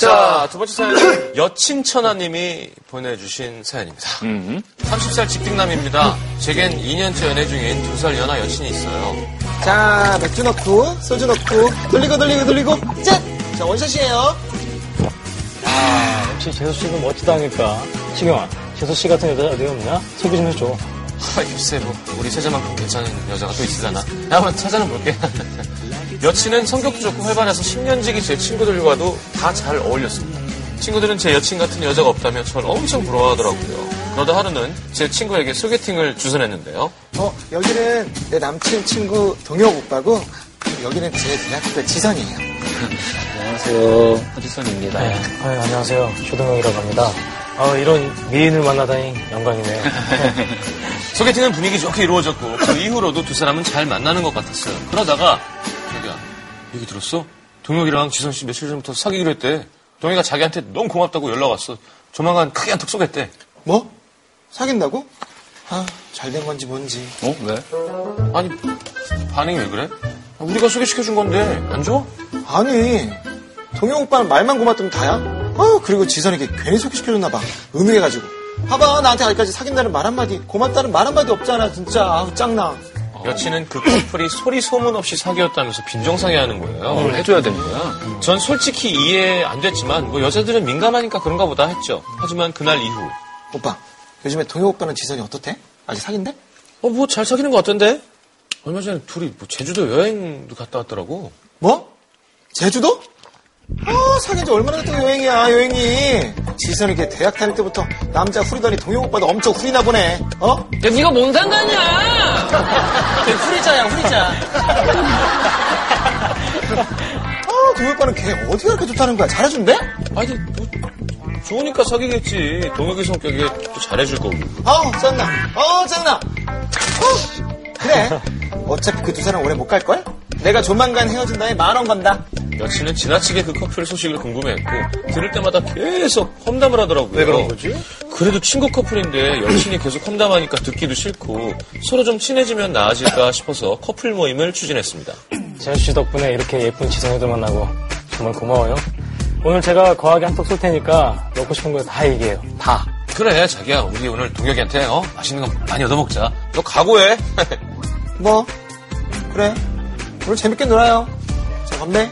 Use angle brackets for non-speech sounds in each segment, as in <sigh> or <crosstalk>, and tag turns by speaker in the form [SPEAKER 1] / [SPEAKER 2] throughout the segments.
[SPEAKER 1] 자, 두 번째 사연은 여친천하님이 보내주신 사연입니다. 30살 직딩남입니다. 제겐 2년째 연애 중인 2살 연하 여친이 있어요.
[SPEAKER 2] 자, 맥주 넣고, 소주 넣고, 돌리고, 돌리고, 돌리고, 짠! 자, 원샷이에요.
[SPEAKER 3] 역시 재수씨는 멋지다 하니까. 시경아, 재수씨 같은 여자 어디 없냐? 소개 좀 해줘.
[SPEAKER 1] 하, 글쎄, 뭐, 우리 세자만큼 괜찮은 여자가 또 있으잖아. 나 한번 찾아는 볼게. <laughs> 여친은 성격도 좋고 활발해서 10년지기 제 친구들과도 다 잘 어울렸습니다. 친구들은 제 여친 같은 여자가 없다며 저를 엄청 부러워하더라고요. 그러다 하루는 제 친구에게 소개팅을 주선했는데요.
[SPEAKER 2] 어, 여기는 내 남친 친구 동혁 오빠고, 여기는 제 대학교 지선이에요.
[SPEAKER 4] 안녕하세요. 허지선입니다.
[SPEAKER 3] 아, 안녕하세요. 조동혁이라고 합니다. 아, 이런 미인을 만나다니 영광이네요.
[SPEAKER 1] 소개팅은 분위기 좋게 이루어졌고 그 이후로도 두 사람은 잘 만나는 것 같았어요. 그러다가 자기야 얘기 들었어? 동혁이랑 지선 씨 며칠 전부터 사귀기로 했대. 동혁이가 자기한테 너무 고맙다고 연락 왔어. 조만간 크게 한턱 쏘겠대.
[SPEAKER 2] 뭐? 사귄다고? 아, 잘 된 건지 뭔지.
[SPEAKER 4] 어? 왜?
[SPEAKER 1] 아니 반응이 왜 그래? 아, 우리가 소개시켜준 건데 안 좋아?
[SPEAKER 2] 아니, 동혁 오빠는 말만 고맙다면 다야? 어, 그리고 지선에게 괜히 소개시켜줬나봐. 음흉해가지고. 봐봐, 나한테 아직까지 사귄다는 말 한마디, 고맙다는 말 한마디 없잖아, 진짜. 아우, 짱나.
[SPEAKER 1] 여친은 그 커플이 소리 소문 없이 사귀었다면서 빈정상해하는 거예요.
[SPEAKER 4] 뭘 어, 해줘야 되는 거야?
[SPEAKER 1] 전 솔직히 이해 안 됐지만 뭐 여자들은 민감하니까 그런가 보다 했죠. 하지만 그날 이후
[SPEAKER 2] 오빠, 요즘에 동혁 오빠는 지선이 어떻대? 아직 사귄대?
[SPEAKER 1] 어 뭐 잘 사귀는 것 같던데? 얼마 전에 둘이 뭐 제주도 여행도 갔다 왔더라고.
[SPEAKER 2] 뭐? 제주도? 아, 사귄 지 얼마나 됐다고 여행이야, 여행이. 지선이 걔 대학 다닐 때부터 남자 후리더니 동혁 오빠도 엄청 후리나 보네. 어?
[SPEAKER 5] 야, 네가 뭔 상관이야? 후리자야, 후리자.
[SPEAKER 2] 아, 동혁 오빠는 걔 어디가 이렇게 좋다는 거야? 잘해준대?
[SPEAKER 1] 아니 뭐 좋으니까 사귀겠지. 동혁이 성격에 또 잘해줄 거고.
[SPEAKER 2] 아우, 짱나. 아우, 짱나. 후! 그래. 어차피 그 두 사람 오래 못 갈걸? 내가 조만간 헤어진다에 만원 건다.
[SPEAKER 1] 여친은 지나치게 그 커플 소식을 궁금해했고 들을 때마다 계속 험담을 하더라고요. 왜 그런 거지? 그래도 친구 커플인데 여친이 계속 험담하니까 듣기도 싫고 서로 좀 친해지면 나아질까 싶어서 커플 모임을 추진했습니다.
[SPEAKER 3] 재수씨 덕분에 이렇게 예쁜 지성이도 만나고 정말 고마워요. 오늘 제가 거하게 한턱 쏠 테니까 먹고 싶은 거 다 얘기해요. 다.
[SPEAKER 1] 그래 자기야 우리 오늘 동혁이한테 어, 맛있는 거 많이 얻어먹자. 너 각오해.
[SPEAKER 2] 뭐? 그래. 오늘 재밌게 놀아요. 자, 건배.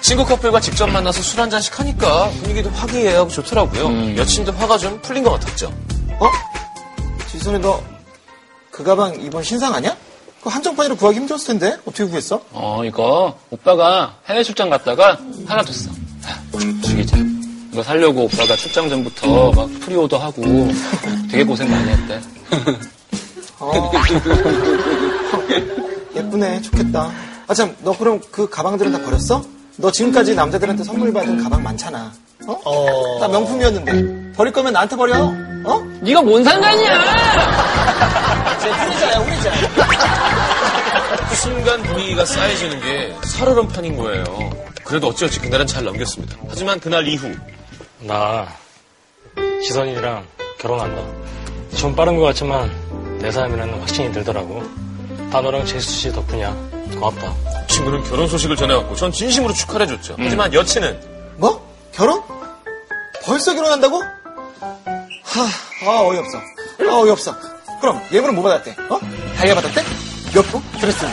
[SPEAKER 1] 친구 커플과 직접 만나서 술 한 잔씩 하니까 분위기도 화기애애하고 좋더라고요.
[SPEAKER 4] 음.
[SPEAKER 1] 여친도 화가 좀 풀린 것 같았죠.
[SPEAKER 2] 어? 지선이 너, 그 가방 이번 신상 아니야? 그거 한정판으로 구하기 힘들었을 텐데? 어떻게 구했어?
[SPEAKER 4] 어, 이거 오빠가 해외 출장 갔다가 하나 줬어. 주기자. 이거 살려고 오빠가 출장 전부터 막 프리오더 하고 되게 고생 많이 했대.
[SPEAKER 2] 어. 예쁘네. 좋겠다. 아, 참, 너 그럼 그 가방들은 다 버렸어? 너 지금까지 남자들한테 선물 받은 가방 많잖아. 어? 다 명품이었는데. 버릴 거면 나한테 버려. 어?
[SPEAKER 5] 네가 뭔
[SPEAKER 2] <laughs>
[SPEAKER 5] 상관이야?
[SPEAKER 2] 제 후리자야, 후리자.
[SPEAKER 1] 그 순간 분위기가 싸해지는 게 살얼음판인 거예요. 그래도 어찌어찌 그날은 잘 넘겼습니다. 하지만 그날 이후
[SPEAKER 3] 나 지선이랑 결혼한다. 좀 빠른 것 같지만 내 삶이라는 확신이 들더라고. 다 너랑 재수 씨 덕분이야. 고맙다.
[SPEAKER 1] 친구는 결혼 소식을 전해왔고 전 진심으로 축하를 해줬죠.
[SPEAKER 4] 음.
[SPEAKER 1] 하지만 여친은
[SPEAKER 2] 뭐? 결혼? 벌써 결혼한다고? 하, 아, 어이없어. 아, 어이없어. 그럼 예부는 뭐 받았대? 어? 다이아 받았대? 몇 부? 드레스. 어?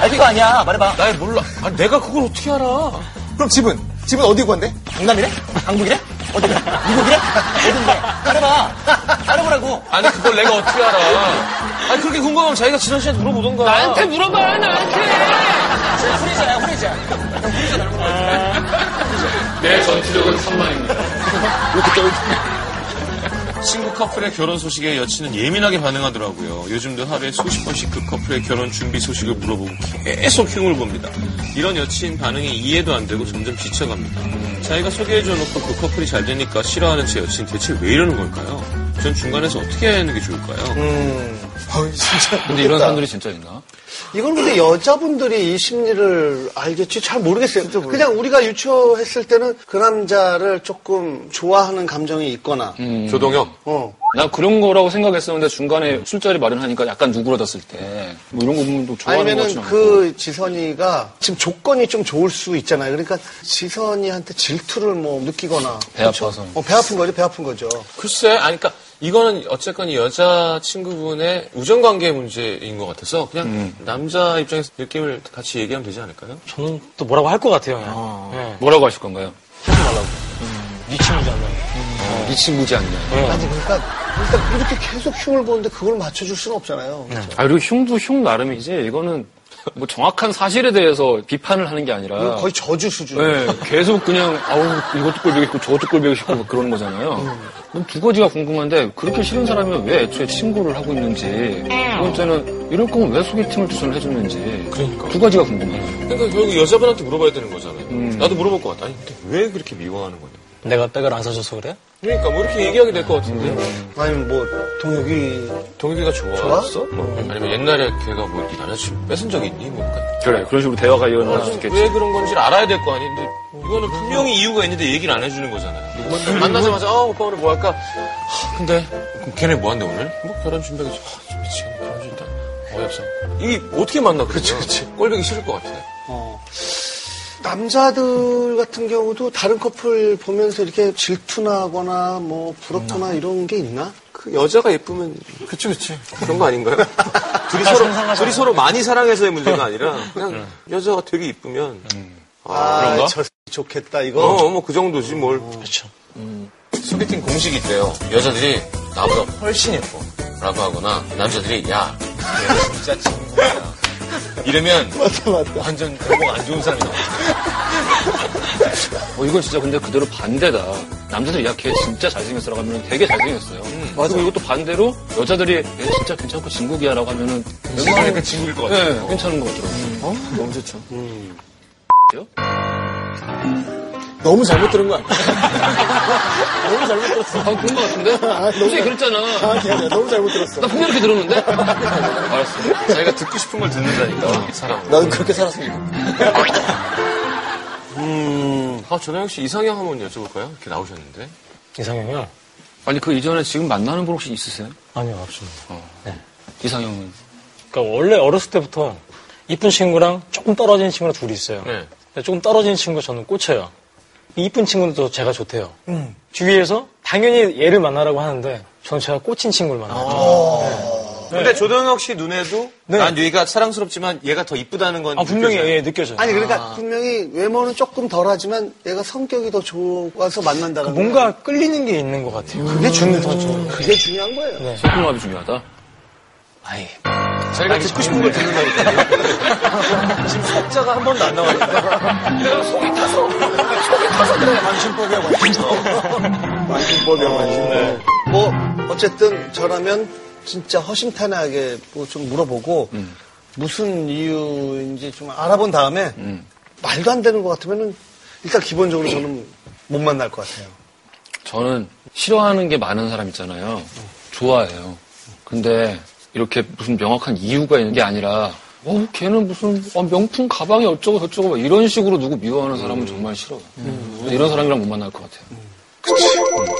[SPEAKER 2] 아, 그거 아니야. 말해봐.
[SPEAKER 1] 날 몰라. 아, 내가 그걸 어떻게 알아?
[SPEAKER 2] 그럼 집은? 집은 어디 구한대? 강남이래? 강북이래? 어디래? 미국이래? 어딘데? 말해봐. 알아보라고.
[SPEAKER 1] 아니 그걸 내가 어떻게 알아? 아니 그렇게 궁금하면 자기가 지선 씨한테 물어보던가.
[SPEAKER 5] 나한테 뭐- 물어봐, 나한테.
[SPEAKER 2] 후리자야, 후리자.
[SPEAKER 4] 내 전투력은 3만입니다.
[SPEAKER 1] 친구 커플의 결혼 소식에 여친은 예민하게 반응하더라고요. 요즘도 하루에 수십 번씩 그 커플의 결혼 준비 소식을 물어보고 계속 흉을 봅니다. 이런 여친 반응이 이해도 안 되고 점점 지쳐갑니다. 자기가 소개해줘놓고 그 커플이 잘 되니까 싫어하는 제 여친 대체 왜 이러는 걸까요? 전 중간에서 어떻게 해야 하는 게 좋을까요?
[SPEAKER 2] 어이, 진짜.
[SPEAKER 4] 근데 이런 사람들이 진짜 있나?
[SPEAKER 6] 이건 근데 여자분들이 이 심리를 알겠지 잘 모르겠어요. 그냥 우리가 유추했을 때는 그 남자를 조금 좋아하는 감정이 있거나,
[SPEAKER 1] 음. 조동혁.
[SPEAKER 6] 어.
[SPEAKER 4] 나 그런 거라고 생각했었는데 중간에 술자리 마련하니까 약간 누그러졌을 때. 뭐 이런 거 보면 또 좋아하는 것뭐
[SPEAKER 6] 아니면은
[SPEAKER 4] 같지 않고.
[SPEAKER 6] 그 지선이가 지금 조건이 좀 좋을 수 있잖아요. 그러니까 지선이한테 질투를 뭐 느끼거나.
[SPEAKER 4] 배 아파서.
[SPEAKER 6] 어, 배 아픈 거죠, 배 아픈 거죠.
[SPEAKER 1] 글쎄, 아니, 그니까, 이거는 어쨌건 이 여자친구분의 우정관계 문제인 것 같아서 그냥 남자 입장에서 느낌을 같이 얘기하면 되지 않을까요?
[SPEAKER 3] 저는 또 뭐라고 할 것 같아요. 그냥. 예.
[SPEAKER 4] 뭐라고 하실 건가요?
[SPEAKER 3] 네 친구지 않나요?
[SPEAKER 4] 미친무지 않냐.
[SPEAKER 6] 아니, 그러니까 일단 이렇게 계속 흉을 보는데 그걸 맞춰줄 수는 없잖아요.
[SPEAKER 4] 아, 그리고 흉도 흉 나름이지. 이거는 뭐 정확한 사실에 대해서 비판을 하는 게 아니라.
[SPEAKER 6] 이건 거의 저주 수준.
[SPEAKER 4] 네, 계속 그냥 아우 이것도 꼴보기 싫고 저것도 꼴보기 싫고 막 그러는 거잖아요.
[SPEAKER 6] 음.
[SPEAKER 4] 그럼 두 가지가 궁금한데 그렇게 싫은 사람이 왜 애초에 친구를 하고 있는지 두 번째는 이럴 거면 왜 소개팅을 추천을 해줬는지
[SPEAKER 1] 그러니까.
[SPEAKER 4] 두 가지가 궁금해요.
[SPEAKER 1] 그러니까 결국 여자분한테 물어봐야 되는 거잖아요. 나도 물어볼 것 같아. 아니, 근데 왜 그렇게 미워하는 거냐?
[SPEAKER 3] 내가 백을 안 사줘서 그래?
[SPEAKER 1] 그러니까 뭐 이렇게 얘기하게 될 것 같은데.
[SPEAKER 6] 아니면 뭐 동혁이
[SPEAKER 1] 동혁이가 음. 좋아했어? 뭐, 아니면 옛날에 걔가 뭐 네 남자친구 뺏은 적 있니? 뭐 그러니까
[SPEAKER 4] 그래 그런 식으로 대화가 이어나갈 수 있겠지.
[SPEAKER 1] 아, 왜 그런 건지를 알아야 될 거 아닌데 이거는 분명히 이유가 있는데 얘기를 안 해주는 거잖아요. 만나자마자 아 오빠 오늘 뭐 할까? 하, 근데 그럼 걔네 뭐 한대 오늘? 뭐 결혼 준비하겠지. 하, 좀 미치겠네 결혼 준비 어이없어. 그렇죠. 이 어떻게 만나? 그렇지 그렇지. 꼴보기 싫을 것 같아.
[SPEAKER 6] 남자들 같은 경우도 다른 커플 보면서 이렇게 질투나 하거나 뭐 부럽거나 이런 게 있나?
[SPEAKER 1] 그 여자가 예쁘면
[SPEAKER 2] 그치, 그치.
[SPEAKER 1] 그렇죠, 그런 거 아닌가요? 둘이 서로 둘이 서로 많이 사랑해서의 문제가 <laughs> 아니라 그냥 여자가 되게 이쁘면
[SPEAKER 6] 아,
[SPEAKER 1] 그런가?
[SPEAKER 6] 저 X 좋겠다 이거.
[SPEAKER 1] 어, 뭐 그 정도지 뭘. 그렇죠. 소개팅 공식이 있대요. 여자들이 나보다 훨씬 예뻐. 라고 하거나 그 남자들이 야, 얘 진짜 친구야. 이러면 완전 결국 안 좋은 사람이 나와.
[SPEAKER 4] 어, 이건 진짜 근데 그대로 반대다. 남자들이 야 걔 진짜 잘생겼어라고 하면 되게 잘생겼어요. 그리고 이것도 반대로 여자들이 얘 진짜 괜찮고 진국이야라고 하면은
[SPEAKER 1] 웬만하니까 그러니까 친구일 것 같아.
[SPEAKER 4] 네, 괜찮은 것 같더라고요.
[SPEAKER 2] 어? 너무 좋죠.
[SPEAKER 4] 요?
[SPEAKER 2] 너무 잘못 들은 거 아니야? <laughs> 너무 잘못 들었어.
[SPEAKER 4] 아 그런 것 같은데? 솔직히 그랬잖아.
[SPEAKER 2] 아, 미안해. 너무 잘못 들었어.
[SPEAKER 4] 나 분명 이렇게 들었는데? 알았어.
[SPEAKER 1] 네. 자기가 듣고 싶은 걸 듣는다니까. 사람.
[SPEAKER 2] 나도 그렇게 살았으니까.
[SPEAKER 1] 아, 전화영 씨 이상형 한번 여쭤볼까요? 이렇게 나오셨는데.
[SPEAKER 3] 이상형이요?
[SPEAKER 4] 아니 그 이전에 지금 만나는 분 혹시 있으세요?
[SPEAKER 3] 아니요, 없습니다.
[SPEAKER 4] 이상형은
[SPEAKER 3] 그러니까 원래 어렸을 때부터 이쁜 친구랑 조금 떨어진 친구랑 둘이 있어요.
[SPEAKER 1] 네.
[SPEAKER 3] 근데 조금 떨어진 친구 저는 꽂혀요. 이 이쁜 친구는 또 제가 좋대요. 주위에서 당연히 얘를 만나라고 하는데 저는 제가 꽂힌 친구를 만나요.
[SPEAKER 1] 근데 조동혁 씨 눈에도
[SPEAKER 4] 네.
[SPEAKER 1] 난 얘가 사랑스럽지만 얘가 더 이쁘다는 건
[SPEAKER 3] 아, 분명히
[SPEAKER 1] 느껴져요.
[SPEAKER 3] 예, 느껴져요.
[SPEAKER 6] 아니 그러니까 분명히 외모는 조금 덜하지만 얘가 성격이 더 좋아서 만난다는 거.
[SPEAKER 3] 뭔가 끌리는 게 있는 것 같아요. 그게 주는 더 좋은.
[SPEAKER 6] 그 그게 중요한 거예요.
[SPEAKER 4] 소통합이 중요하다.
[SPEAKER 3] 아이,
[SPEAKER 1] 자기가 듣고 싶은 걸 듣는다니까. 지금 석자가 한 번도 안 나와요.
[SPEAKER 2] 관심법이야, 관심법. 관심법이야, 관심법.
[SPEAKER 6] 뭐 어쨌든 저라면 진짜 허심탄회하게 뭐 좀 물어보고 무슨 이유인지 좀 알아본 다음에 말도 안 되는 것 같으면은 일단 기본적으로 저는 못 만날 것 같아요.
[SPEAKER 4] 저는 싫어하는 게 많은 사람 있잖아요. 좋아해요. 근데 이렇게 무슨 명확한 이유가 있는 게 아니라 어 걔는 무슨 어, 명품 가방이 어쩌고 저쩌고 막 이런 식으로 누구 미워하는 사람은 정말 싫어요. 그래서 이런 사람이랑 못 만날 것 같아요.